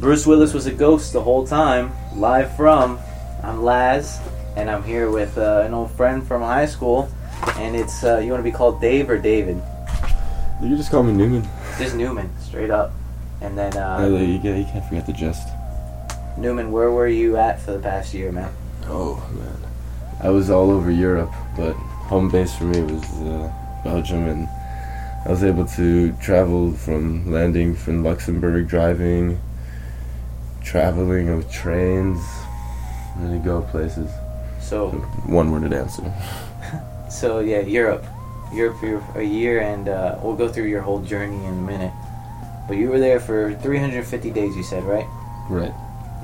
Bruce Willis was a ghost the whole time. Live from, I'm Laz, and I'm here with uh, an old friend from high school. And it's uh, you want to be called Dave or David? You can just call me Newman. Just Newman, straight up. And then Uh, uh, you, can't- you can't forget the gist. Newman, where were you at for the past year, man? Oh man, I was all over Europe, but home base for me was uh, Belgium, and I was able to travel from landing from Luxembourg, driving, traveling with trains, and to go places. So, One worded answer. so yeah, Europe, Europe for a year, and uh, we'll go through your whole journey in a minute. But you were there for 350 days, you said, right? Right.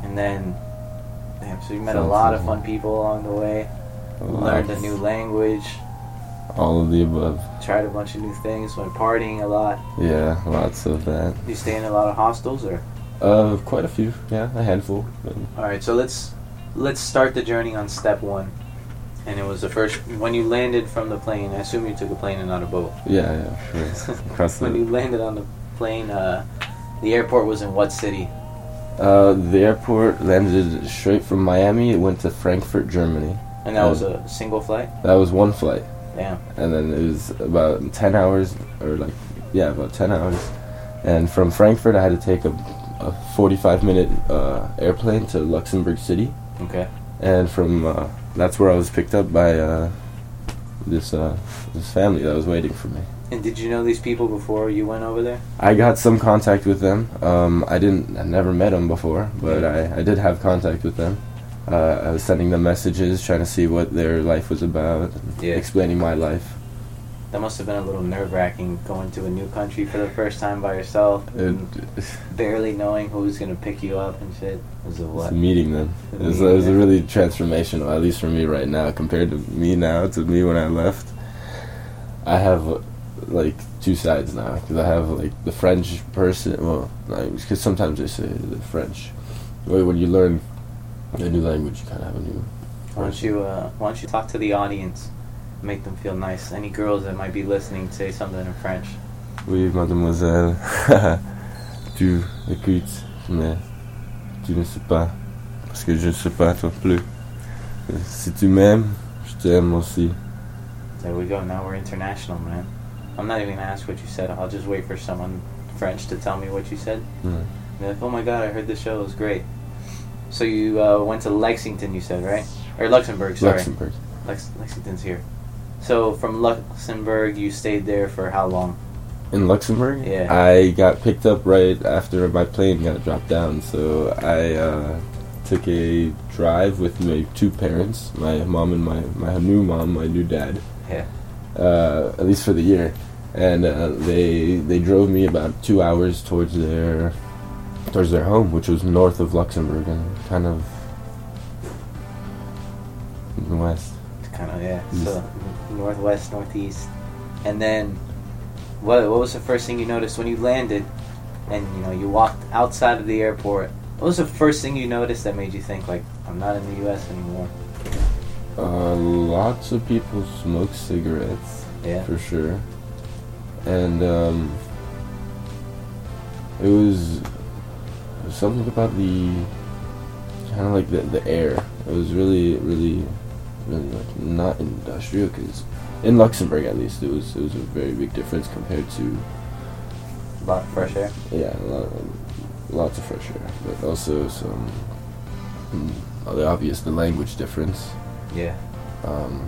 And then, damn, so you met a Sounds lot of like fun people along the way. Learned a new language. All of the above. tried a bunch of new things, went partying a lot. Yeah, lots of that. You stay in a lot of hostels or Uh, quite a few. Yeah, a handful. But Alright, so let's let's start the journey on step one. And it was the first when you landed from the plane, I assume you took a plane and not a boat. yeah, yeah, sure. Across when you the landed on the plane, uh, the airport was in what city? uh, the airport landed straight from Miami. It went to Frankfurt, Germany. And that Uh, was a single flight? That was one flight, Damn. and then it was about ten hours, or like yeah, about ten hours. And from Frankfurt, I had to take a, a forty-five minute uh, airplane to Luxembourg City, Okay. and from uh, that's where I was picked up by uh, this uh, this family that was waiting for me. And did you know these people before you went over there? I got some contact with them. Um, I didn't, I never met them before, but I, I did have contact with them. Uh, I was sending them messages, trying to see what their life was about, and Yeah. explaining my life. That must have been a little nerve wracking going to a new country for the first time by yourself It, and barely knowing who's gonna pick you up and shit. Was a what? meeting them. It was, it was a really transformational, at least for me right now, compared to me now to me when I left. I have uh, like two sides now because I have like the French person. Well, because sometimes they say the French. Well, When you learn a new language, you kind of have a new. Why don't you uh, Why don't you talk to the audience, make them feel nice? Any girls that might be listening, say something in French. Oui, mademoiselle. tu écoutes, mais tu ne sais pas. Parce que je ne sais pas toi plus. Si tu m'aimes, je t'aime aussi. There we go. Now we're international, man. I'm not even gonna ask what you said. I'll just wait for someone French to tell me what you said. Mm. Be like, oh my god, I heard the show. It was great. So you uh, went to Lexington, you said, right? Or Luxembourg? Sorry, Luxembourg. Lex- Lexington's here. So from Luxembourg, you stayed there for how long? In Luxembourg? Yeah. I got picked up right after my plane got dropped down, so I uh, took a drive with my two parents, my mom and my, my new mom, my new dad. Yeah. Uh, at least for the year. And uh, they they drove me about two hours towards their towards their home, which was north of Luxembourg and kind of west. Kind of, yeah. East. So northwest, northeast, and then what? What was the first thing you noticed when you landed? And you know, you walked outside of the airport. What was the first thing you noticed that made you think like, I'm not in the U.S. anymore? Uh, lots of people smoke cigarettes. Yeah. for sure. And um, it was something about the kind of like the, the air. It was really, really, really like not industrial because in Luxembourg at least it was it was a very big difference compared to A lot of fresh air. yeah, a lot of, lots of fresh air, but also some mm, the obvious the language difference. Yeah. Um,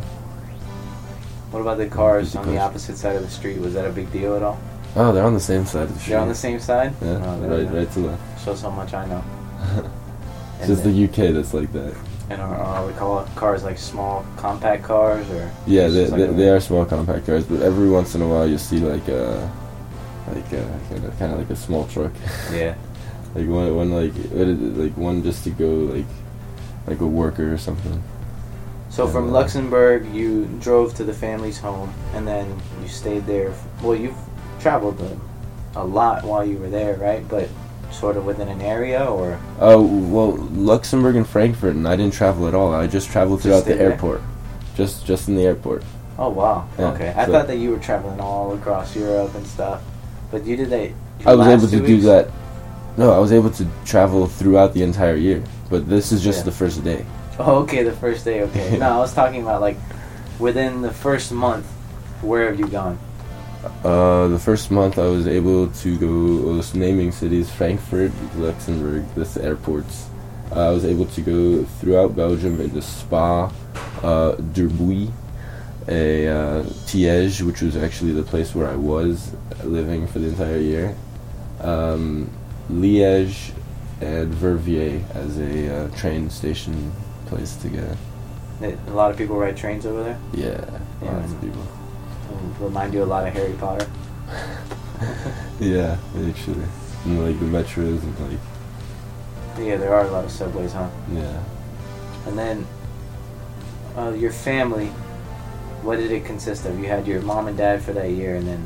What about the cars Just on the because- opposite side of the street? Was that a big deal at all? oh, they're on the same side of the street. They're on the same side. yeah, Oh, there we right, go. right to left. Shows how much I know. It's and just the UK that's like that. and are, are we call cars like small compact cars or? Yeah, it's they, just like they, a- they are small compact cars, but every once in a while you see like a like a kind of, kind of like a small truck, Yeah. like one one like what is it, like one just to go like like a worker or something. So Yeah. from Luxembourg, you drove to the family's home, and then you stayed there. Well, you've traveled a, a lot while you were there, right? But sort of within an area, or Oh well, Luxembourg and Frankfurt, and I didn't travel at all. I just traveled Just throughout stayed the there? airport, just just in the airport. Oh wow. Yeah, okay. I so- thought that you were traveling all across Europe and stuff, but you did that. I was last able two to do weeks? that. No, I was able to travel throughout the entire year, but this is just Yeah. the first day. Oh, okay, the first day. Okay. no, I was talking about like within the first month. Where have you gone? Uh, the first month I was able to go I was naming cities Frankfurt, Luxembourg, this airports. Uh, I was able to go throughout Belgium into Spa, uh, Derbuy, a uh, Tiege, which was actually the place where I was living for the entire year, um, Liège, and Verviers as a uh, train station place to go. That- A lot of people ride trains over there. Yeah, lots Yeah. of people. It'll Remind you a lot of Harry Potter. Yeah, actually, and like the metros and like Yeah, there are a lot of subways, huh? yeah. And then uh, your family. What did it consist of? You had your mom and dad for that year, and then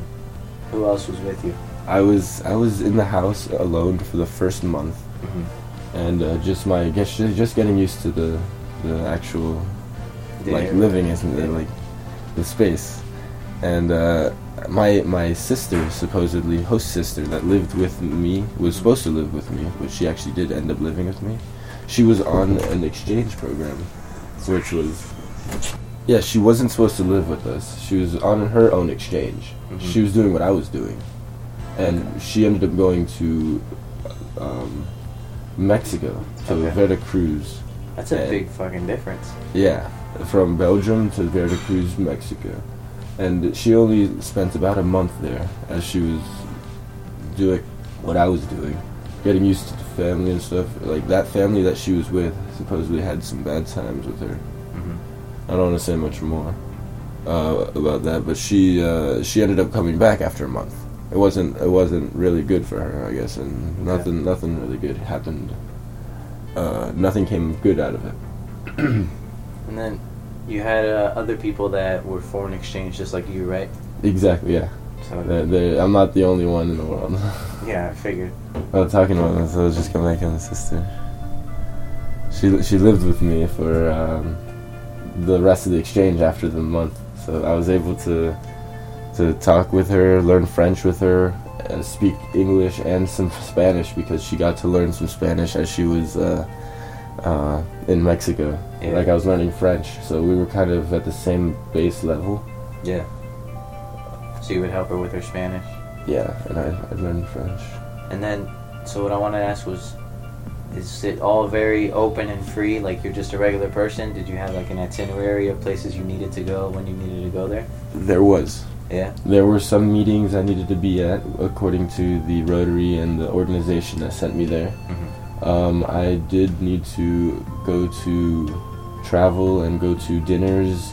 who else was with you? I was I was in the house alone for the first month, and uh, just my guess just getting used to the the actual Did like you- living isn't it like the space, and uh, my my sister supposedly host sister that lived with me was supposed to live with me, but she actually did end up living with me. She was on an exchange program, which was yeah she wasn't supposed to live with us. She was on her own exchange. Mhm. She was doing what I was doing, and she ended up going to um, Mexico to Okay. Veracruz. That's a Yeah. big fucking difference. Yeah, from Belgium to Veracruz, Mexico. And she only spent about a month there as she was doing what I was doing, getting used to the family and stuff. Like that family that she was with supposedly had some bad times with her. I don't want to say much more uh, about that, but she uh, she ended up coming back after a month. It wasn't it wasn't really good for her, I guess, and Okay. nothing nothing really good happened. Uh, nothing came good out of it. And then you had uh, other people that were foreign exchange, just like you, right? Exactly, yeah. So They're, they're, I'm not the only one in the world. yeah, I figured. I was talking about this. I was just gonna make on the sister. She she lived with me for um, the rest of the exchange after the month, so I was able to to talk with her, learn French with her, uh, speak English and some Spanish because she got to learn some Spanish as she was uh, uh, in Mexico. Yeah. Like I was learning French, so we were kind of at the same base level. Yeah. So you would help her with her Spanish, Yeah, and I, I learned French. and then so what I want to ask was, is it all very open and free? Like you're just a regular person? Did you have like an itinerary of places you needed to go when you needed to go there? There was Yeah. There were some meetings I needed to be at, according to the Rotary and the organization that sent me there. Um, I did need to go to travel and go to dinners,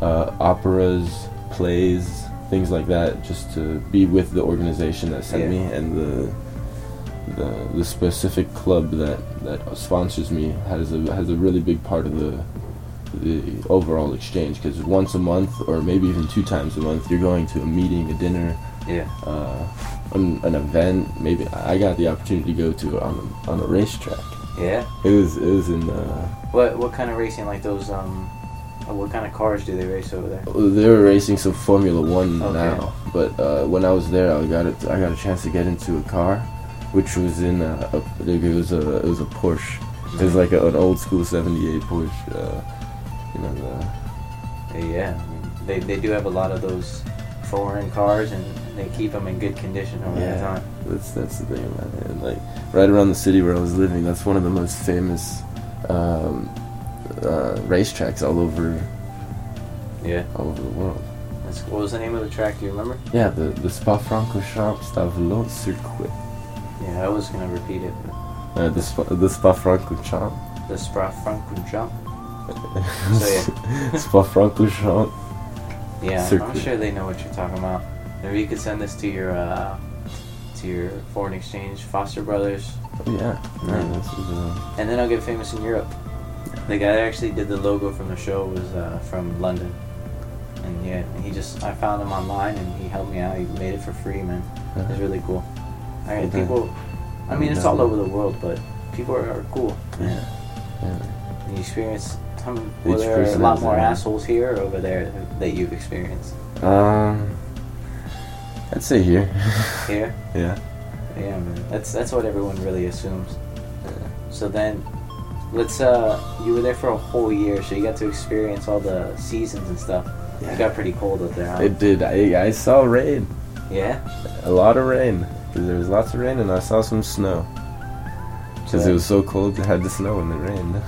uh, operas, plays, things like that, just to be with the organization that sent Yeah. me and the, the the specific club that that sponsors me has a has a really big part of the the overall exchange because once a month or maybe even two times a month you're going to a meeting a dinner Yeah. uh, an, an event maybe i got the opportunity to go to on a, on a racetrack Yeah. it was it was in uh, What what kind of racing? Like those um, what kind of cars do they race over there? they were racing some formula one Okay. now but uh, when i was there i got it i got a chance to get into a car which was in a, a it was a it was a porsche it Mm-hmm. was like a, an old school 78 porsche uh, you know the Uh, Yeah, I mean, they, they do have a lot of those foreign cars, and they keep them in good condition over Yeah. the time. That's that's the thing about it. And, like right around the city where I was living, that's one of the most famous um, uh, racetracks all over Yeah. all over the world. That's, what was the name of the track? Do you remember? Yeah, the the Spa-Francorchamps Stavelot Circuit. Yeah, I was gonna repeat it. But Uh, the Spa, the Spa-Francorchamps. the Sprafranco jump. Spa-Francorchamps. Yeah, I'm Circuit. sure they know what you're talking about. Maybe you could send this to your uh, to your foreign exchange foster brothers, Yeah, man, this is, uh, and then I'll get famous in Europe. The guy that actually did the logo from the show was uh, from London, and yeah, he just I found him online and he helped me out. He made it for free, man. It's really cool. I mean, Okay. people. I mean, it's all over the world, but people are, are cool. yeah, yeah. You experience? How many- Each Were there a person lot has more their own. assholes here or over there that you've experienced? Um, I'd say here. Here? yeah. Yeah, man. That's that's what everyone really assumes. So then, let's. uh You were there for a whole year, so you got to experience all the seasons and stuff. It got pretty cold up there. Huh? It did. I, I saw rain. yeah. A lot of rain. 'Cause There was lots of rain, and I saw some snow. Because it was so cold, it had the snow and it rained.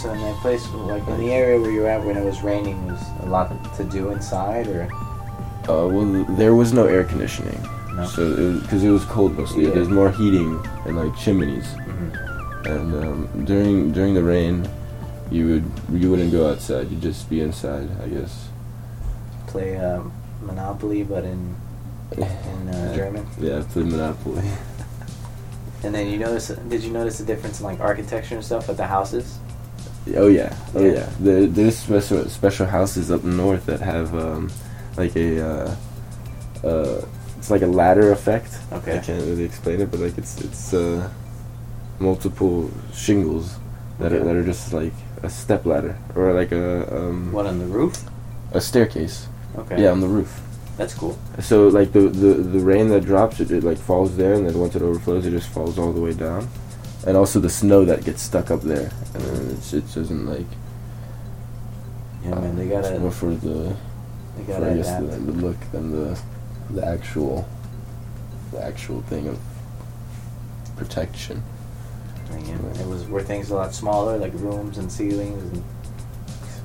So in that place, like in the area where you were at when it was raining, was a lot to do inside, or Uh, well, there was no air conditioning. no? So, because it, was cold mostly, Yeah. there's more heating and like chimneys. Mhm. And um, during during the rain, you would you wouldn't go outside. You'd just be inside, I guess. Play um, Monopoly, but in in uh, German. Yeah, I played Monopoly. And then you notice? Did you notice the difference in like architecture and stuff at the houses? Oh yeah, oh Yeah. yeah. There, there's special special houses up north that have um, like a uh, uh, it's like a ladder effect. Okay. I can't really explain it, but like it's it's uh, multiple shingles that are Okay. that are just like a step ladder or like a um, What on the roof? a staircase. Okay. Yeah, on the roof. That's cool. So like the, the the rain that drops, it, it like falls there, and then once it overflows, it just falls all the way down. And also the snow that gets stuck up there, and then it's, it doesn't like. Yeah, man. They it's gotta. more for the They for gotta I guess adapt. the, the look than the the actual the actual thing of protection. thing, yeah. It was were things a lot smaller, like rooms and ceilings. And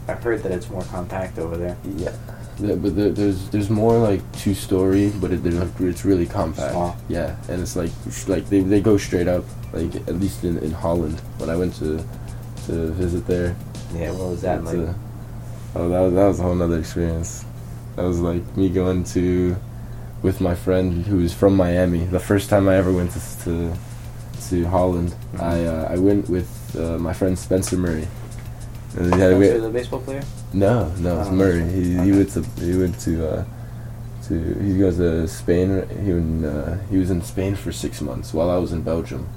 I heard that it's more compact over there. Yeah. but there, there's there's more like two story, but it, they're like, it's really compact. Small. Yeah, and it's like sh- like they, they go straight up. Like at least in, in Holland, when I went to to visit there, Yeah, what was that It's, like? uh, oh, that was, that was a whole nother experience. That was like me going to with my friend who's from Miami. The first time I ever went to s- to, to Holland, Mhm. I uh, I went with uh, my friend Spencer Murray. And we had a- we- Spencer, the baseball player. no, no, it's Oh, Murray. okay. He, he went to he went to uh, to he goes to Spain. He went, uh, he was in Spain for six months while I was in Belgium,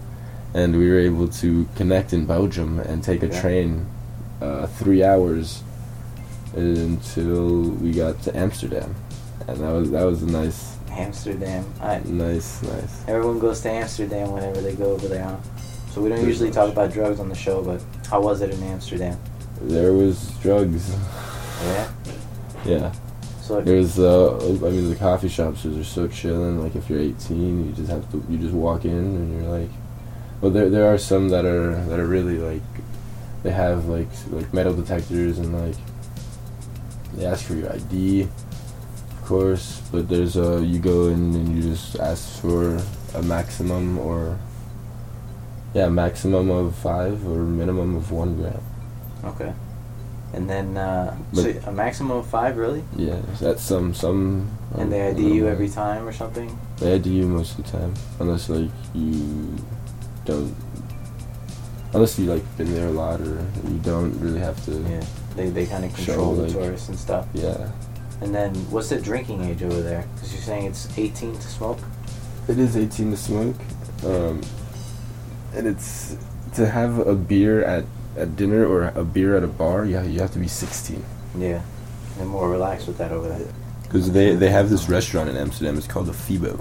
and we were able to connect in Belgium and take Okay. a train uh, three hours until we got to Amsterdam, and that was that was a nice, Amsterdam. I, nice, nice. everyone goes to Amsterdam whenever they go over there. Huh? So we don't Pretty usually much. talk about drugs on the show, but how was it in Amsterdam? Oh, There was drugs. Yeah. Yeah, So there was. Uh, I mean, the coffee shops are so chilling. Like if you're 18, you just have to. You just walk in and you're like, well, there there are some that are that are really like, they have like like metal detectors and like, they ask for your ID, of course. But there's uh you go in and you just ask for a maximum or. Yeah, maximum of five or minimum of one gram. okay. And then uh, But- so a maximum of five, really. Yeah, that's some some. um, And they ID you every time or something. They had to you most of the time, unless like you don't, unless you like been there a lot or you don't really have to. Yeah. They, they kind of Show, control the like- tourists and stuff. Yeah. And then, what's the drinking age over there? Because you're saying it's 18 to smoke. It is 18 to smoke, um, and it's to have a beer at at dinner or a beer at a bar. Yeah, you have to be 16. Yeah, they're more relaxed with that over there. Because they they have this restaurant in Amsterdam. It's called the Fibo.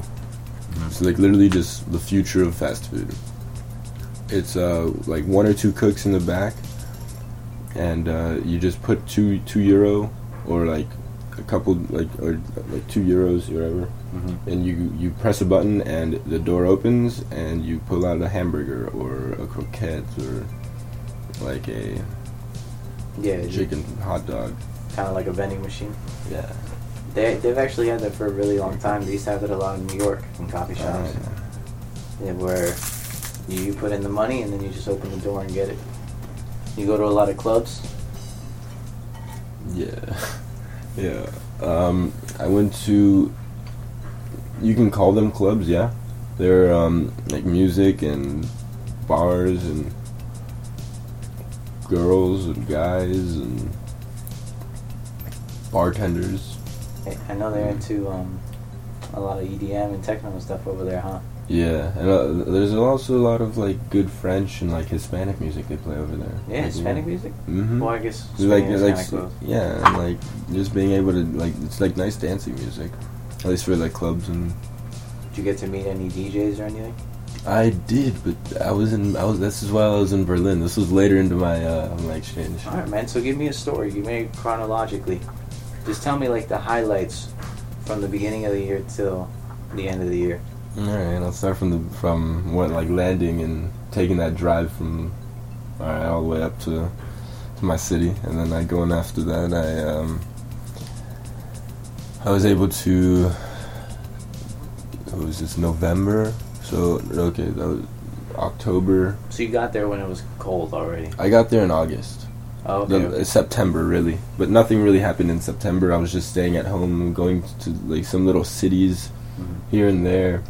It's like literally just the future of fast food. It's uh like one or two cooks in the back, and uh, you just put two two euro or like a couple like or like two euros or whatever, and you you press a button and the door opens and you pull out a hamburger or a croquette or like a Yeah, chicken hot dog. kind of like a vending machine. Yeah. They they've actually had that for a really long time. They used to have it a lot in New York in coffee Oh, shops, Yeah, where you, you put in the money and then you just open the door and get it. You go to a lot of clubs. Yeah. Yeah. Um, I went to. You can call them clubs, yeah. They're um, like music and bars and girls and guys and bartenders. Mm-hmm. E I- I know they're into um, a lot of EDM and techno and stuff over there, huh? Yeah, and uh, there's also a lot of like good French and like Hispanic music they play over there. Yeah, Hispanic music. Mm-hmm. Well, I guess like Spanish like kinda close. yeah, and like just being able to like it's like nice dancing music, at least for like clubs and. Did you get to meet any DJs or anything? I did, but I was in I was this is while I was in Berlin. This was later into my uh, my exchange. All right, man. So give me a story. Give me chronologically. Just tell me like the highlights from the beginning of the year till the end of the year. All right, I'll start from the from what like landing and taking that drive from all right all the way up to to my city, and then I going after that. I um I was able to. It was this November, so okay, that was October. So you got there when it was cold already. I got there in August. Oh, okay. The- uh, September really, but nothing really happened in September. I was just staying at home, going to like some little cities Mhm. here and there,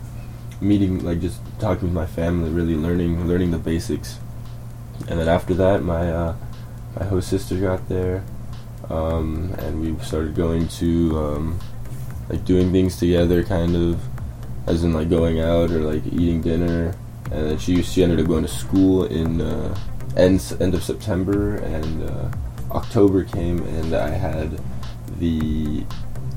meeting like just talking with my family, really learning learning the basics. And then after that, my uh, my host sister got there, um, and we started going to um, like doing things together, kind of, as in like going out or like eating dinner. And then she she ended up going to school in. Uh, end end of September and uh, October came, and I had the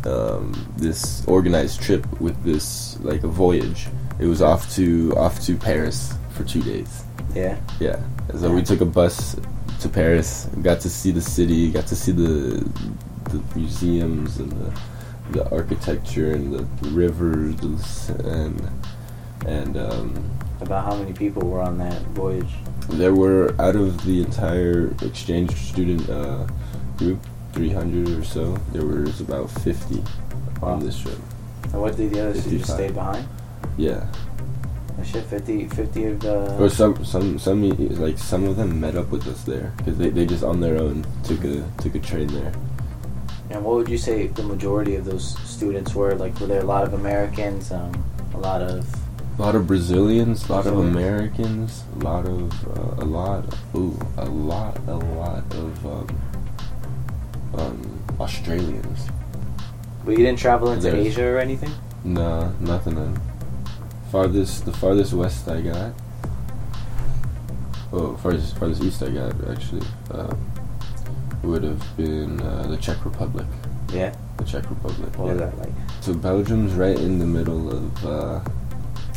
um, this organized trip with this like a voyage. It was off to off to Paris for two days. Yeah. Yeah, And so we took a bus to Paris, got to see the city, got to see the the museums and the the architecture and the rivers and and um, About how many people were on that voyage? there were out of the entire exchange student uh, group, 300 or so. There was about 50 Wow. on this trip. And what did the others do? Just 55. stay behind? Yeah, Oh, shit, 50, 50 of or the. some some some like some of them met up with us there because they, they just on their own took a took a train there. And what would you say the majority of those students were? Like, were there a lot of Americans? Um, a lot of. A lot of Brazilians, a lot of Brazilians. Americans, a lot of uh, a lot ooh a lot a lot of um, um, Australians. Well, you didn't travel into There's- Asia or anything? Nah, nothing. Then. Farthest, the farthest west I got. Oh, farthest, farthest east I got actually um, would have been uh, the Czech Republic. Yeah. The Czech Republic. What was that like? So Belgium's right in the middle of uh,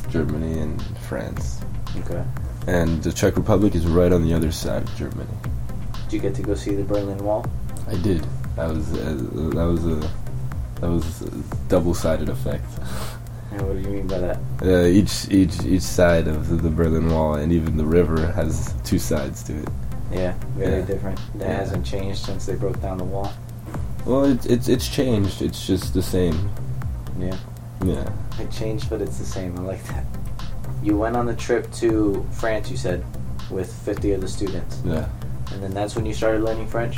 Germany and France, Okay. and the Czech Republic is right on the other side of Germany. Did you get to go see the Berlin Wall? I did. That was uh, that was a that was a double-sided effect. And what do you mean by that? Uh, each each each side of the, the Berlin Wall and even the river has two sides to it. Yeah, very Yeah. different. That Yeah. hasn't changed since they broke down the wall. Well, it's it's it's changed. It's just the same. Yeah. Yeah. It changed, but it's the same. I like that. You went on the trip to France, you said, with 50 of the students. Yeah. And then that's when you started learning French?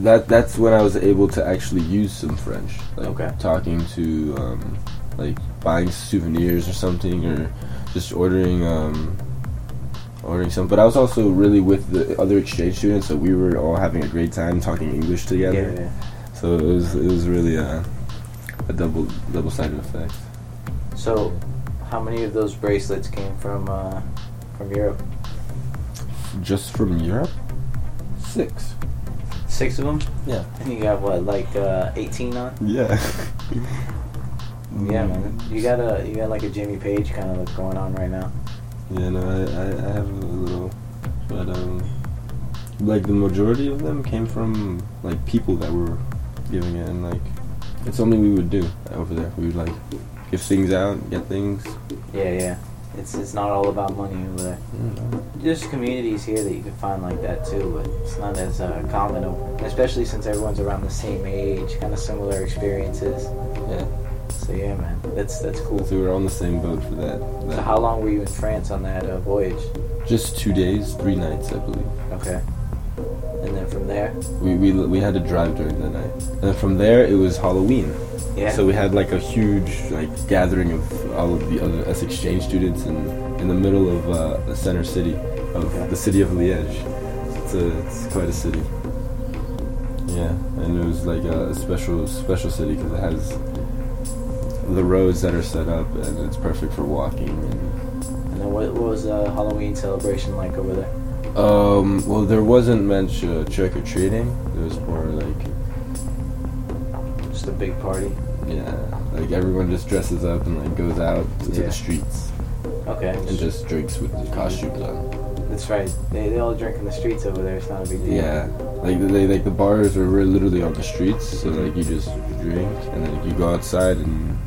That that's when I was able to actually use some French. Like Okay. talking to um, like buying souvenirs or something or just ordering um ordering some but I was also really with the other exchange students so we were all having a great time talking English together. yeah. So it was it was really a, a double double sided effect. So, how many of those bracelets came from uh, from Europe? Just from Europe, six. Six of them? Yeah. And you got what, like uh, 18 on? Yeah. Yeah, man. You got a you got like a Jimmy Page kind of look going on right now. Yeah, no, I, I, I have a little, but um, like the majority of them came from like people that were giving it, and like it's something we would do over there. We would like give things out, get things. Yeah, yeah. It's it's not all about money over there. I don't know. There's communities here that you can find like that too, but it's not as uh, common, especially since everyone's around the same age, kind of similar experiences. Yeah. So yeah, man, that's that's cool. So we were on the same boat for that. So that- how long were you in France on that uh, voyage? Just two days, three nights, I believe. Okay, and then from there, We, we, we had to drive during the night. And then from there, it was Halloween. yeah, So we had like a huge like gathering of all of the other S exchange students in, in the middle of uh, the center city of Okay. the city of Liège. It's, a, it's quite a city. Yeah, and it was like a special special city because it has the roads that are set up, and it's perfect for walking. And, And then what, what was uh, Halloween celebration like over there? um, well, there wasn't much uh, trick or treating. It was more like Just a big party. yeah, like everyone just dresses up and like goes out to Yeah. the streets Okay. and just drinks with the costumes on. That's right. They, they all drink in the streets over there. It's not a big deal. Yeah, like they like the bars are re- literally on the streets, so like you just drink and then you go outside and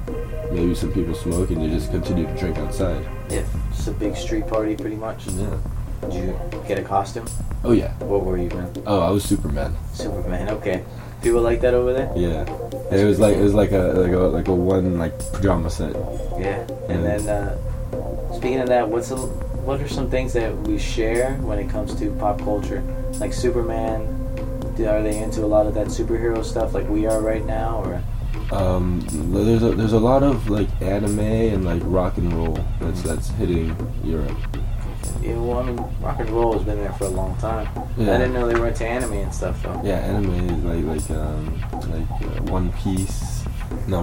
maybe some people smoke and you just continue to drink outside. Yeah. Just a big street party, pretty much. Yeah. Did you get a costume? Oh yeah. What were you, man? Oh, I was Superman. Superman. Okay. People like that over there? Yeah. And it was like it was like a like a like a one like pajama set. Yeah. And Yeah. then, uh, speaking of that, what's a, what are some things that we share when it comes to pop culture? Like Superman. do- Are they into a lot of that superhero stuff like we are right now, or Um, there's a, there's a lot of like anime and like rock and roll that's that's hitting Europe. you know, I mean, rock and roll has been there for a long time. I Yeah. didn't know they were into anime and stuff though. Yeah, anime is like like um like uh, One Piece,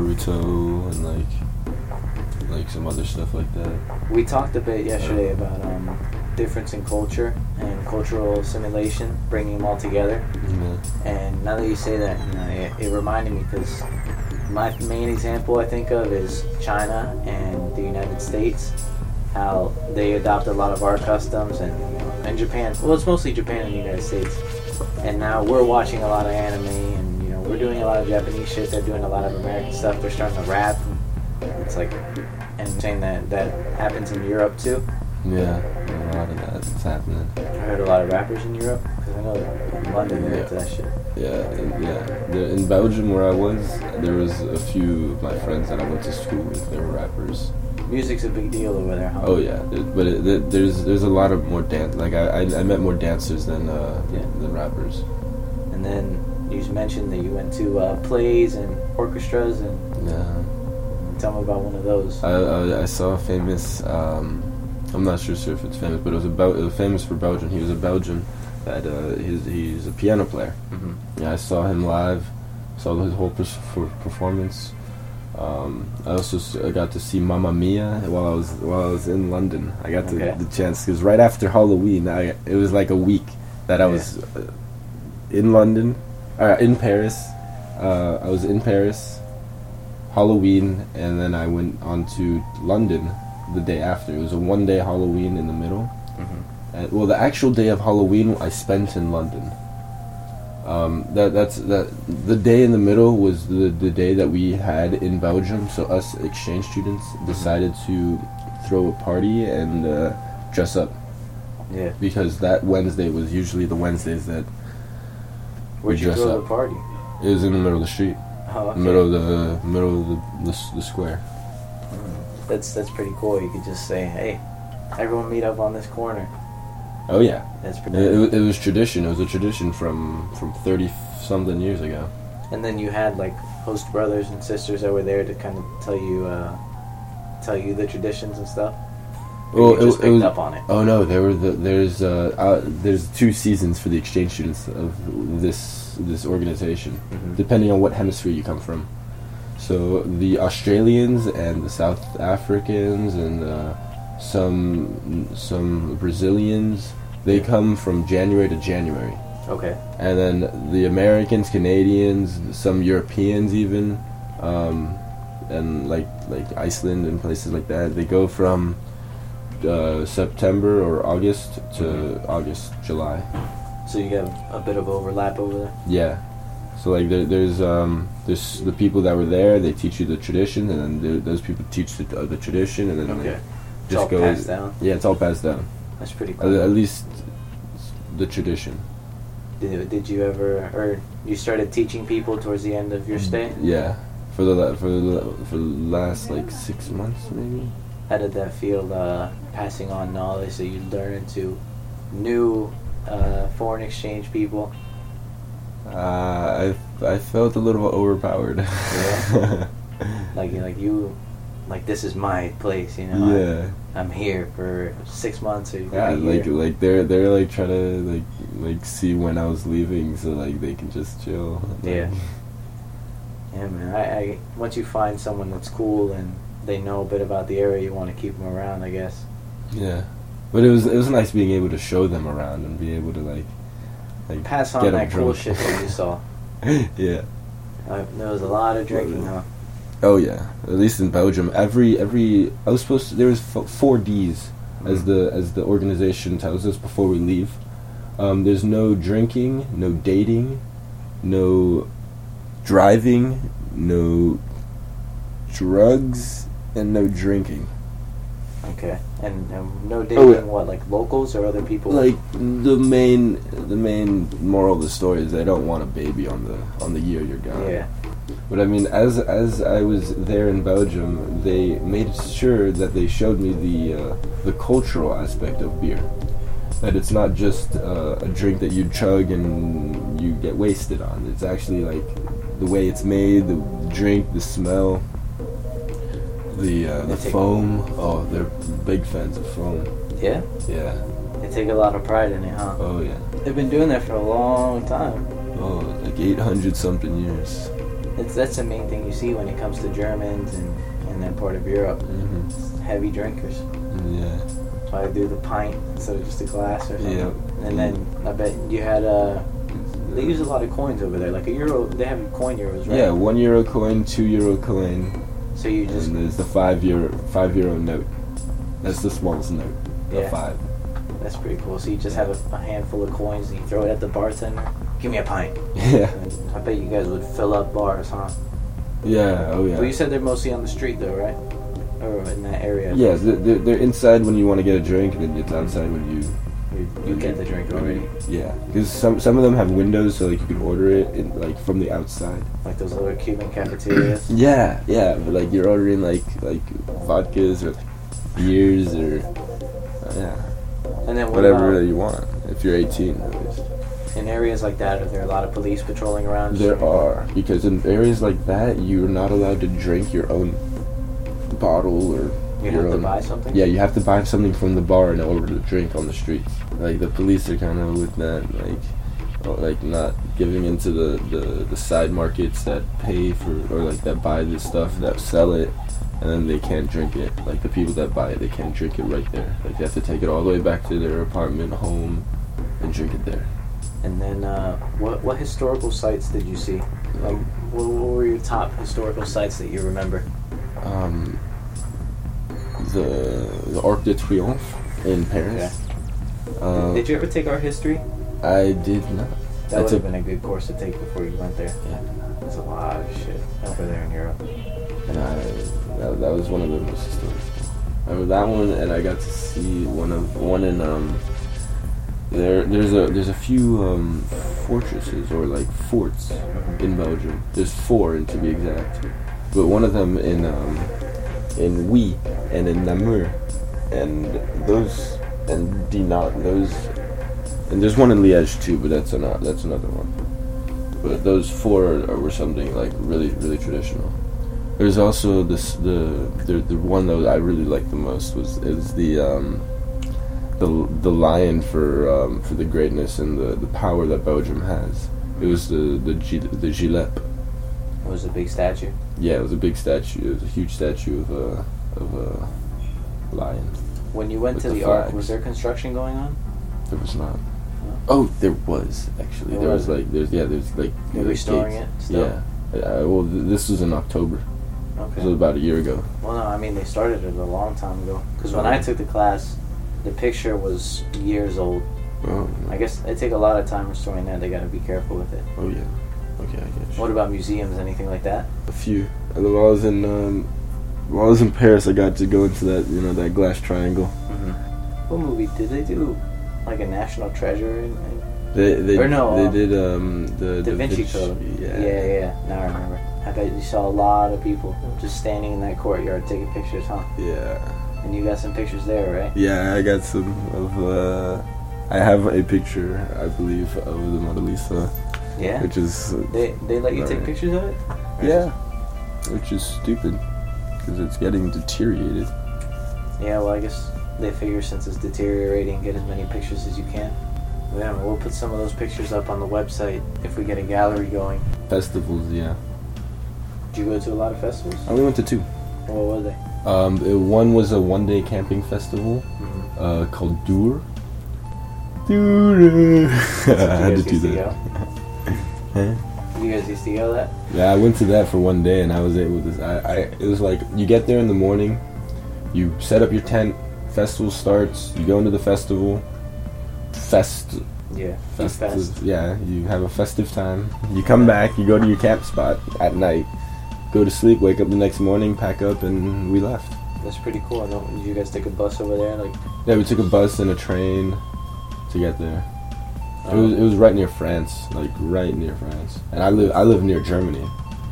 Naruto, and like like some other stuff like that. We talked a bit yesterday about um, difference in culture and cultural assimilation, bringing them all together. Yeah. And now that you say that, you know, it, it reminded me because my main example I think of is China and the United States, how they adopt a lot of our customs and you know, and Japan. Well, it's mostly Japan and the United States. And now we're watching a lot of anime and you know we're doing a lot of Japanese shit. They're doing a lot of American stuff. They're starting to rap. It's like and saying that that happens in Europe too. Yeah, a lot of that is happening. I heard a lot of rappers in Europe because I know that London they're Yeah. into that shit. Yeah, and, yeah. The, in Belgium where I was, there was a few of my friends that I went to school with. They were rappers. Music's a big deal over there. Huh? Oh yeah, it- but it, there- there's there's a lot of more dance. Like I, I, I met more dancers than uh, Yeah. than rappers. And then you just mentioned that you went to uh, plays and orchestras, and Yeah. tell me about one of those. I, I, I saw a famous. Um, I'm not sure sure if it's famous, but it was about it was famous for Belgium. He was a Belgian that uh, he's he's a piano player. Mm-hmm. Yeah, I saw him live, saw his whole pers- for performance. Um, I also s- I got to see Mamma Mia while I was while I was in London. I got Okay. the, the chance because right after Halloween, I, it was like a week that I Yeah. was uh, in London, uh, in Paris. Uh, I was in Paris, Halloween, and then I went on to London the day after. It was a one day Halloween in the middle. Uh, well, the actual day of Halloween I spent in London. Um, that that's that the day in the middle was the the day that we had in Belgium. So us exchange students decided to throw a party and uh, dress up Yeah, because that Wednesday was usually the Wednesdays that where'd We you dress throw up. the party? it was in the middle of the street, Oh, okay. middle of the middle of the, the s- the square. Mm. That's that's pretty cool. You could just say, "Hey, everyone, meet up on this corner." Oh yeah, That's it, pretty. it, wa- it was tradition. It was a tradition from from thirty something years ago. and then you had like host brothers and sisters that were there to kind of tell you, uh, tell you the traditions and stuff. Or you it- just it picked was- up on it. Oh no, there were the, there's uh, uh, there's two seasons for the exchange students of this this organization, Mhm. depending on what hemisphere you come from. So the Australians and the South Africans and uh, some some Brazilians, they come from January to January, Okay. and then the Americans, Canadians, some Europeans even, um, and like like Iceland and places like that. They go from uh, September or August to August, July. So you got a bit of overlap over there. Yeah. So like there, there's um, there's the people that were there. They teach you the tradition, and then there, those people teach the, uh, the tradition, and then Okay. it It's all just goes. passed down. Yeah, it's all passed down. That's pretty At, cool. at least the tradition. Did, did you ever, or you started teaching people towards the end of your Mm. stay? Yeah, for the la- for the la- for the last like six months maybe. How did that feel, uh, passing on knowledge that you learned to new uh, foreign exchange people? Uh, I I felt a little overpowered. Yeah? Like, you- like you, like this is my place, you know? yeah, I, am here for six months or a yeah. Like year. like they're they're like trying to like like see when I was leaving, so like they can just chill. Yeah. Yeah, man. I, I once you find someone that's cool and they know a bit about the area, you want to keep them around, I guess. Yeah, but it was it was nice being able to show them around and be able to like like Pass on get 'em that cool drunk. shit that you saw. yeah. Uh, there was a lot of drinking, huh? Oh yeah. At least in Belgium, every every I was supposed to, there was f- four Ds as the as the organization tells us before we leave. Um, there's no drinking, no dating, no driving, no drugs, and no drinking. Okay. And, and no dating, Oh, yeah. what, like locals or other people? like the main the main moral of the story is they don't want a baby on the on the year you're gone. yeah. But I mean, as as I was there in Belgium, they made sure that they showed me the uh, the cultural aspect of beer. That it's not just uh, a drink that you chug and you get wasted on. It's actually like the way it's made, the drink, the smell, the uh, the They take- foam. Oh, they're big fans of foam. Yeah? Yeah. They take a lot of pride in it, huh? Oh yeah. They've been doing that for a long time. Oh, like 800 something years. It's, that's the main thing you see when it comes to Germans and, and that part of Europe. Mm-hmm. It's heavy drinkers. Yeah. Why they do the pint instead of just a glass or something. Yep. And then I bet you had Uh, they use a lot of coins over there, like a euro. They have coin euros, right? Yeah, one euro coin, two euro coin, So you just and there's the five euro five euro note. That's the smallest note. The Yeah. five. Mm-hmm. that's pretty cool. So you just have a, a handful of coins and you throw it at the bartender. Give me a pint. Yeah. And I bet you guys would fill up bars, huh? Yeah. Oh yeah. But you said they're mostly on the street though, right? Or in that area. yeah, they're, they're they're inside when you want to get a drink, and then it's outside when you You, you get the drink already. Yeah, because some some of them have windows, so like you can order it in, like from the outside. Like those little Cuban cafeterias. Yeah, yeah, but like you're ordering like like vodkas or beers or uh, yeah. And then what whatever about you want if you're 18 at least. in areas like that, are there a lot of police patrolling around? there are because in areas like that you're not allowed to drink your own bottle or You your have to own buy something. yeah you have to buy something from the bar in order to drink on the streets like the police are kind of with that like oh, like not giving into the, the the side markets that pay for or like that buy this stuff that sell it and then they can't drink it like the people that buy it they can't drink it right there like they have to take it all the way back to their apartment home and drink it there And then, uh, what what historical sites did you see? Like, what, what were your top historical sites that you remember? um, the the Arc de Triomphe in Paris. Uh, did you ever take art history? I did That not. would that's a- have been a good course to take before you went there. Yeah. There's a lot of shit over there in Europe. And I that, that was one of the most historic. I remember that one, and I got to see one of one in um. There, there's a there's a few um, fortresses or like forts in Belgium. There's four, to be exact, but one of them in um, in Wee and in Namur, and those and Dinard those, and there's one in Liège too, but that's another that's another one. But those four are, were something like really really traditional. There's also this the the, the one that I really liked the most was is the um, the the lion for um, for the greatness and the, the power that Belgium has. It was the the Gi- the Gillep. It was a big statue. Yeah, it was a big statue. It was a huge statue of a of a lion. When you went With to the the, Ark, flags. was there construction going on? There was not. Oh, there was actually. There There was was? like there's yeah there's like They're like restoring gates. it still? Yeah. Uh, well, th- this was in October. Okay. This was about a year ago. Well, no, I mean they started it a long time ago. Because when Oh. I took the class, the picture was years old. Oh, I guess they take a lot of time restoring that. They got to be careful with it. oh yeah. Okay, I get you. What about museums? Anything like that? a few. And then While I was in um, while I was in Paris, I got to go into that you know that glass triangle. What movie did they do? Like a National Treasure? And, and They they Or no, they um, did um the Da Vinci Code. Yeah. yeah, yeah. Now I remember. I bet you saw a lot of people just standing in that courtyard taking pictures, huh? yeah, And you got some pictures there, right? Yeah, I got some of. Uh, I have a picture, I believe, of the Mona Lisa, Yeah. which is uh, They they let you take Alright. pictures of it? yeah, which is stupid because it's getting deteriorated. Yeah. Well, I guess they figure since it's deteriorating, get as many pictures as you can. Yeah, we'll put some of those pictures up on the website if we get a gallery going. Festivals, yeah. Did you go to a lot of festivals? I only went to two. Or what were they? Um, it- one was a one day camping festival Mhm. uh, called Dur. Dur. I had to Did do you guys used to that. Huh? go? You guys used to go that? Yeah, I went to that for one day, and I was able to. I, I it was like you get there in the morning, you set up your tent, festival starts, you go into the festival, fest, Yeah. festive, Fest. yeah, you have a festive time. You come back, you go to your camp spot at night, go to sleep, wake up the next morning, pack up, and we left. That's pretty cool. I know. Did you guys take a bus over there? Like, Yeah, we took a bus and a train to get there. It um, was it was right near France, like right near France, and I live I live near Germany.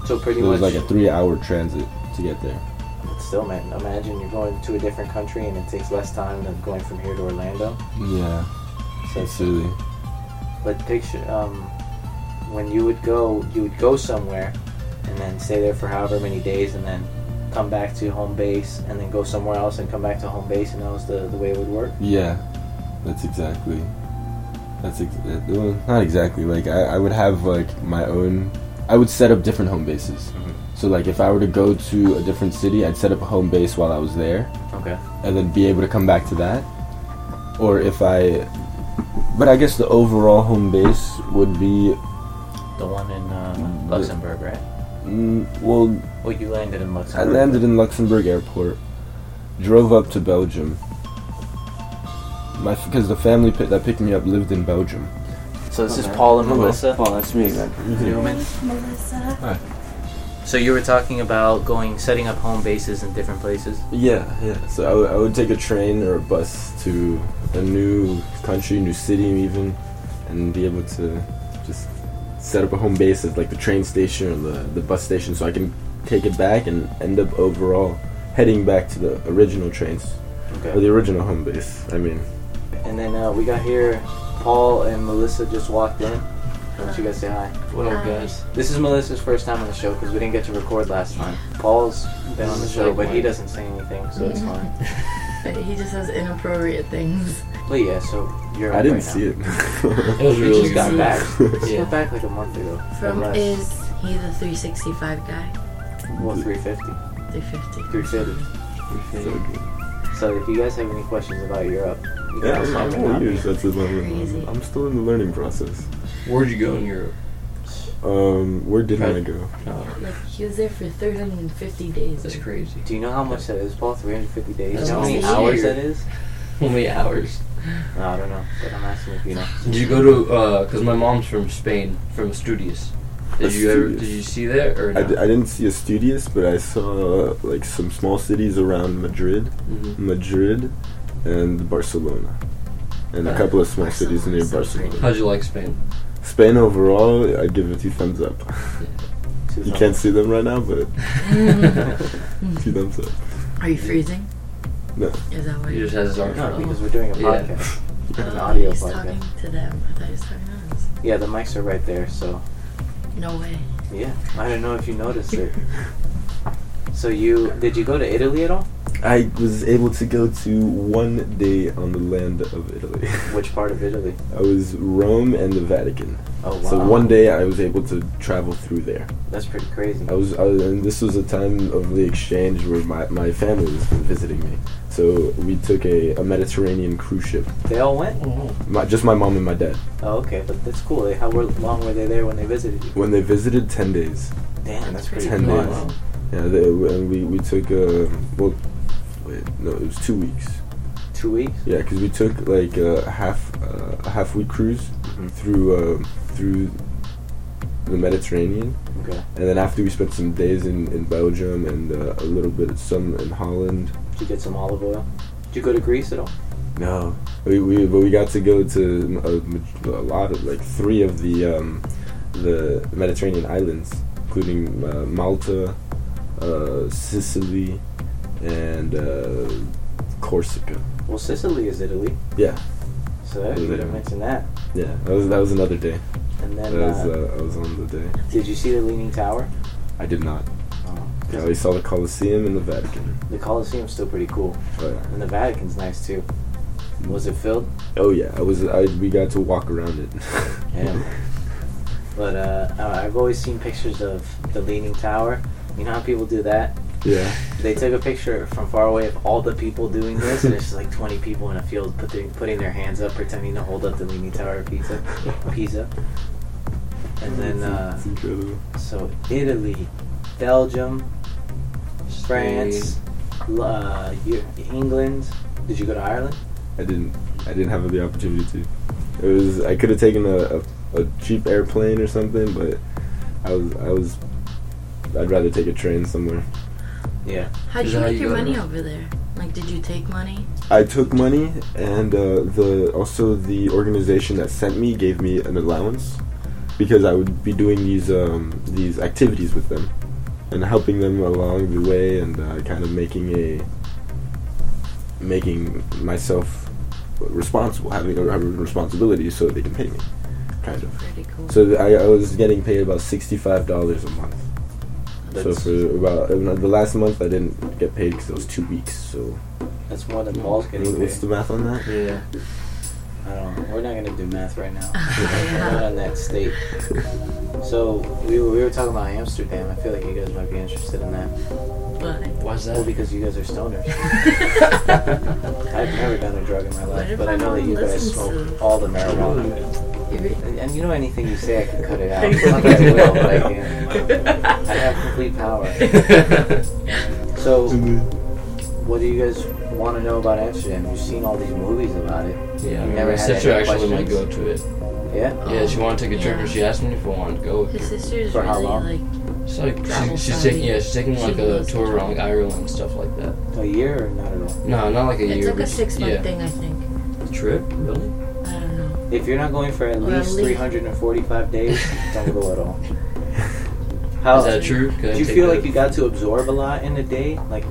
so pretty It was much. like a three hour transit to get there. Still, man, imagine you're going to a different country and it takes less time than going from here to Orlando. Yeah, So that's it's, silly. but picture um, when you would go, you would go somewhere and then stay there for however many days and then come back to home base and then go somewhere else and come back to home base and that was the, the way it would work. Yeah, that's exactly. That's ex- uh, well, not exactly. Like I, I would have like my own. I would set up different home bases. Mm-hmm. So like if I were to go to a different city, I'd set up a home base while I was there, Okay. and then be able to come back to that. Or if I, but I guess the overall home base would be The one in uh, Mm, Luxembourg, right? mm, well. Well, you landed in I Luxembourg. landed in Luxembourg Airport, drove up to Belgium. My because the family pi- that picked me up lived in Belgium. So this is Okay. Paul and Hello. Melissa. Paul, that's me again. Newman. Melissa. So you were talking about going, setting up home bases in different places. Yeah, yeah. So I would- I would take a train or a bus to a new country, new city, even, and be able to just set up a home base at like the train station or the, the bus station so I can take it back and end up overall heading back to the original trains or the original home base. I mean, And then uh, we got here. Paul and Melissa just walked in. Why don't you guys say hi? What up, Hi. guys? This is Melissa's first time on the show because we didn't get to record last time. Paul's been on the show, but he doesn't say anything, so Mm-hmm. it's fine. He just says inappropriate things. But yeah, so you're. I up didn't right see now. it. was really just got good. back. Just Yeah. got back like a month ago. From Unless- is he the 365 guy? well, 350, 350. 350. So good. So if you guys have any questions about Europe, you Yeah, guys I'm, let me I'm know. all ears. That's the Crazy. learning. I'm still in the learning process. Where'd you go in Europe? Um, where did I go? Oh, Like he was there for 350 days. that's crazy. Do you know how much that is, Paul? 350 days. That's you know how many almost a hours year. that is? How many hours? No, I don't know, but I'm asking if you know. Did you go to? uh 'cause my mom's from Spain, from Asturias. Did you ever? Asturias. Did you see that or I, not? d- I didn't see Asturias, but I saw like some small cities around Madrid, Mhm. Madrid, and Barcelona, and a Uh, couple of small cities near Barcelona. Barcelona. How'd you like Spain? Spain overall, I give it two thumbs up. you can't see them right now, but Mm. two thumbs up. Are you freezing? No. Is that why He you're just has his arms. No, around because we're doing a Yeah. podcast. an oh, audio he's podcast. talking to them? I thought he was talking to us. Yeah, the mics are right there, so No way. yeah. I don't know if you noticed it. So you did you go to Italy at all? I was able to go to one day on the land of Italy. Which part of Italy? I was Rome and the Vatican. Oh wow. So one day I was able to travel through there. That's pretty crazy. I was, I was and this was a time of the exchange where my, my family was visiting me. So we took a, a Mediterranean cruise ship. They all went. Oh. My, just my mom and my dad. Oh okay, but that's cool. They- How were, long were they there when they visited you? When they visited, ten days. Damn, that's pretty. Ten cool. days. Yeah, they, and we we took uh, well, wait, no, it was two weeks. Two weeks. Yeah, because we took like a half uh, a half week cruise Mhm. through uh, through the Mediterranean. Okay. And then after we spent some days in, in Belgium and uh, a little bit some in Holland. Did you get some olive oil? Did you go to Greece at all? No, we, we but we got to go to a, ma- a lot of like three of the um, the Mediterranean islands, including uh, Malta, uh, Sicily, and uh, Corsica. Well, Sicily is Italy, Yeah, so there you Yeah. didn't mention that. yeah. That was that was another day. And That then, was uh, uh, I was on the day. did you see the Leaning Tower? I did not. Oh. I only saw the Colosseum and the Vatican. The Colosseum's still pretty cool, Oh yeah. and the Vatican's nice too. Was it filled? Oh yeah. I was. I we got to walk around it. Yeah. But uh, I- I've always seen pictures of the Leaning Tower, You know how people do that? Yeah. They took a picture from far away of all the people doing this, and it's just like 20 people in a field put their, putting their hands up, pretending to hold up the Leaning Tower of Pisa. Pisa. And then, uh, It's incredible. so Italy, Belgium, France, Spain. l- uh, Eu- England. Did you go to Ireland? I didn't. I didn't have the opportunity to. It was. I could have taken a, a, a cheap airplane or something, but I was. I was. I'd rather take a train somewhere. Yeah. How'd Is you that how make you your got it? money over there? Like, did you take money? I took money, and uh, the also the organization that sent me gave me an allowance because I would be doing these um, these activities with them and helping them along the way and uh, kind of making a making myself responsible, having a, having a responsibility so they can pay me, kind of. Pretty cool. So th- I, I was getting paid about sixty five dollars a month. so That's, for about uh, the last month, I didn't get paid because it was two weeks. So that's more than Paul's getting paid. what's the math on that? Yeah. I don't know. We're not gonna do math right now. Yeah. We're not in that state. So we were, we were talking about Amsterdam. I feel like you guys might be interested in that. But Why's that? Well, because you guys are stoners. I've never done a drug in my What life, if but I my know that mom you guys listens smoke to- all the marijuana. Every- And, and you know anything you say, I can cut it out. Not that I will, but I can. I have complete power. So, what do you guys want to know about Amsterdam? You've seen all these movies about it. yeah, I mean, Never had my sister any actually might questions? Oh. go to it. Yeah. Yeah, she wanted to take a trip, Yeah. and she asked me if I wanted to go. with His her. sister's For really how long? like It's like Travel she's, she's buddy. taking yeah, she's taking like She a goes to tour travel. around Ireland and stuff like that. A year or not at all? No, not like a it's year. like a but- six month yeah. thing, I think. Trip? Really? I don't know. If you're not going for at Well, at least least- 345 days, don't go at all. How Is that true? Could I Do you take feel that- like you got to absorb a lot in a day? Like,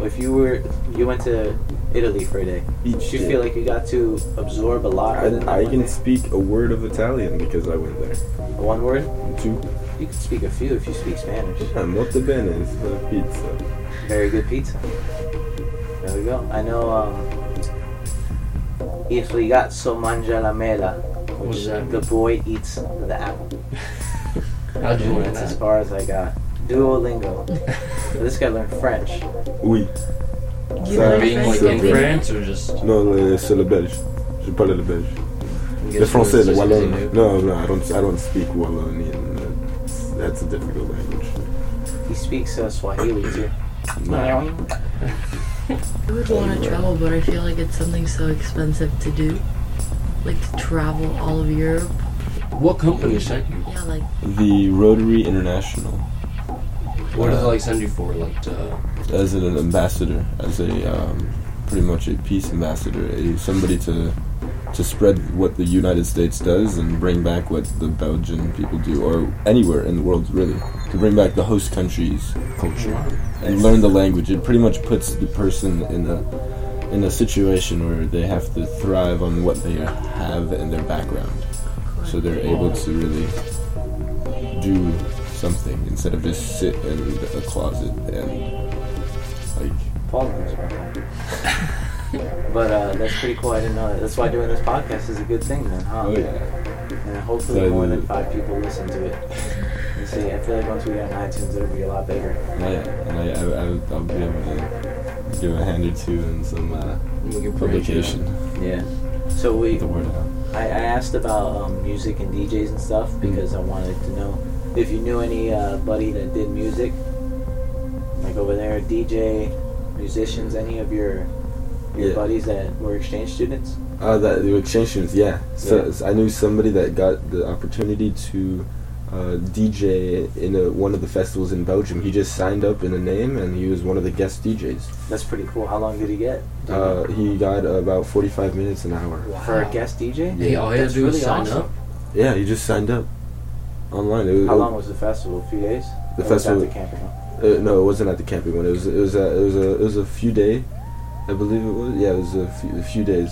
if you were you went to Italy for a day, do you feel like you got to absorb a lot? within that I, I one can day? speak a word of Italian because I went there. one word. Two, You can speak a few if you speak Spanish. yeah, molto bene, it's the pizza. Very good pizza. There we go. I know. Um, il ragazzo mangia la mela, What which does that the mean? boy eats the apple. How'd you learn That's as far as I got. Duolingo. this guy learned French. Oui, You So- learned Being French like from in being France or just no, le- c'est le belge. Je parle le belge. I Le guess français, it's le just wallon. easy to- No, no, I don't. I don't speak Wallonian. That's, that's a difficult language. He speaks uh, Swahili too. Ah, No. I would want to travel, but I feel like it's something so expensive to do. Like to travel all of Europe. What company sent you? Yeah, like The Rotary International What does it like send you for? Like uh, to as an ambassador, as a um, pretty much a peace ambassador, a, somebody to to spread what the United States does and bring back what the Belgian people do, or anywhere in the world really, to bring back the host country's culture and learn the language. It pretty much puts the person in a in a situation where they have to thrive on what they have in their background, so they're able to really do something instead of just sit in a closet and like Paul knows about that. but uh, that's pretty cool. I didn't know that. That's why doing this podcast is a good thing, then, huh? Oh yeah. And hopefully So- more than five people listen to it. You see, I feel like once we get on iTunes, it'll be a lot bigger. And I, and I, I, I, I'll be able to give a hand or two in some uh, we can branch it out. publication. Yeah. So we, Get the word out. I, I asked about um, music and DJs and stuff Mm-hmm. because I wanted to know if you knew any uh, buddy that did music, like over there, DJ, musicians, any of your your Yeah. buddies that were exchange students. Uh, that the exchange students, yeah. So, Yeah. so I knew somebody that got the opportunity to uh, DJ in a, one of the festivals in Belgium. He just signed up in a name, and he was one of the guest DJs. That's pretty cool. How long did he get Uh, he got about forty-five minutes an hour. for a Wow. guest DJ? Hey, all you had That's to do really was Oh, sign awesome. up. Yeah, he just signed up online. It was, How it- long was the festival? A few days. The Or was that festival- The camping. one? Uh, no, it wasn't at the camping one. It was it was a, it was a it was a few day, I believe it was. Yeah, it was a few, a few days,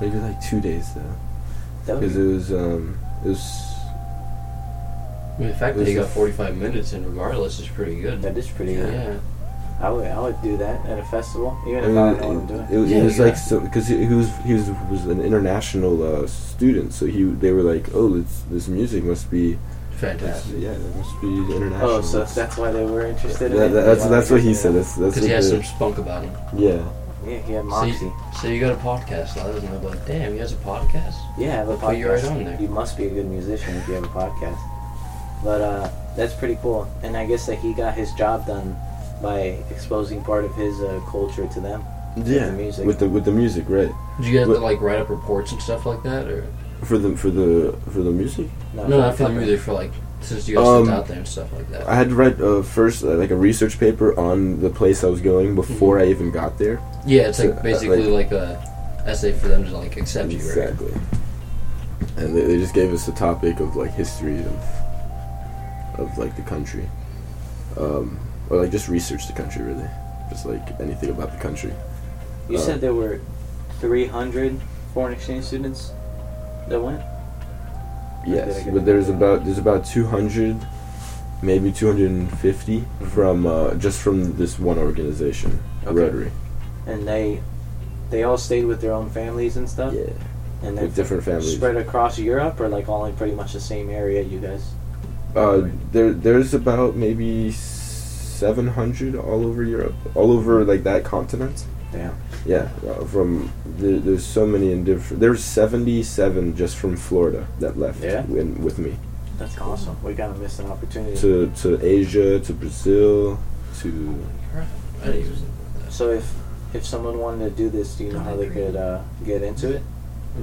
maybe like two days though, That was because it was um it was I mean, the fact It was that you the got 45 minutes in regardless is pretty good. That is pretty yeah. good. I would, I would do that at a festival, even I if mean, I don't know what I'm doing. it, it, was- it Yeah, was yeah. like so because he, he was he was, was an international uh, student, so he they were like, oh, this this music must be It's- fantastic. yeah, it must be international. Oh, so that's why they were interested That- in it. that's Why that's they what he did said. it. That's that's Because he what has the- some spunk about him. yeah. Yeah, he had So you- moxie. So you got a podcast. A lot of them are like, damn, he has a podcast? Yeah, I have a Put you right podcast. on there. You must be a good musician if you have a podcast. But uh, that's pretty cool. And I guess that he got his job done by exposing part of his uh, culture to them. Yeah, the music. with the with the music, right? Did you guys What- like write up reports and stuff like that? or For the for the for the music, Uh, No, not for the music, for like, since you guys Um, sent out there and stuff like that. I had to write uh, first uh, like a research paper on the place I was going before Mm-hmm. I even got there. yeah, it's so, uh, like basically like, a essay for them to like accept you, right? exactly. And they, they just gave us a topic of like history of of like the country, um, or like just research the country really, just like anything about the country. You Uh, said there were 300 foreign exchange students that went? Yes, Did I get but it? there's about there's about 200, maybe 250 from uh, just from this one organization, Mm-hmm. Okay. Rotary. And they they all stayed with their own families and stuff? Yeah, And they with different families. spread across Europe or like all in pretty much the same area, you guys? Uh, there there's about maybe 700 all over Europe, all over like that continent. Damn. Yeah, uh, from the, there's so many in different. There's 77 just from Florida that left Yeah? in, with me That's awesome. We gotta miss an opportunity. to to Asia, to Brazil, to I didn't even know So if if someone wanted to do this, do you know how they could uh, get into it?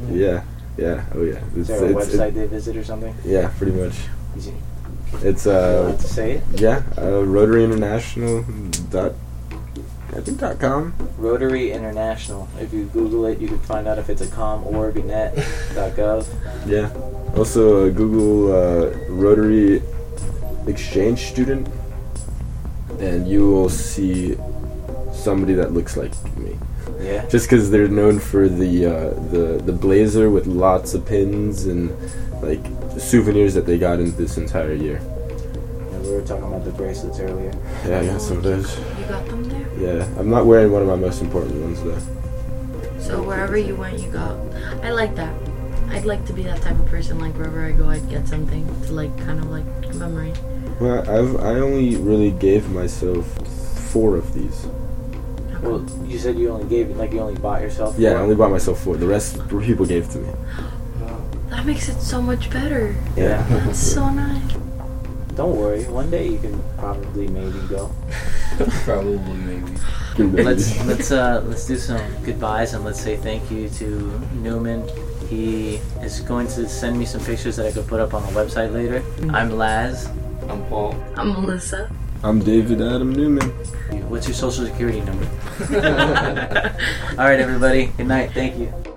that. yeah, yeah, oh yeah. Is It's, there a it's- it- website they visit or something? yeah, pretty much. Is it- It's you uh want to say it? yeah, uh, Rotary International dot I think dot com. Rotary International. If you Google it, you can find out if it's a com org net dot gov. Yeah. Also uh, Google uh, Rotary Exchange Student, and you will see somebody that looks like me. Yeah. Just because they're known for the uh, the the blazer with lots of pins and like souvenirs that they got in this entire year. Yeah, we were talking about the bracelets earlier. Yeah, I got some of those. You got them there? Yeah, I'm not wearing one of my most important ones though. So wherever you went, you got. I like that. I'd like to be that type of person. Like wherever I go, I'd get something to like kind of like commemorate. Well, I've I only really gave myself four of these. How Well, come? you said you only gave like you only bought yourself. Yeah, I one. only bought myself four. The rest were people gave to me. That makes it so much better. Yeah. That's so nice. Don't worry. One day you can probably maybe go. Probably, maybe. let's let's uh let's do some goodbyes and let's say thank you to Newman. He is going to send me some pictures that I could put up on the website later. I'm Laz. I'm Paul. I'm Melissa. I'm David Adam Newman. What's your social security number? All right, everybody. Good night. Thank you.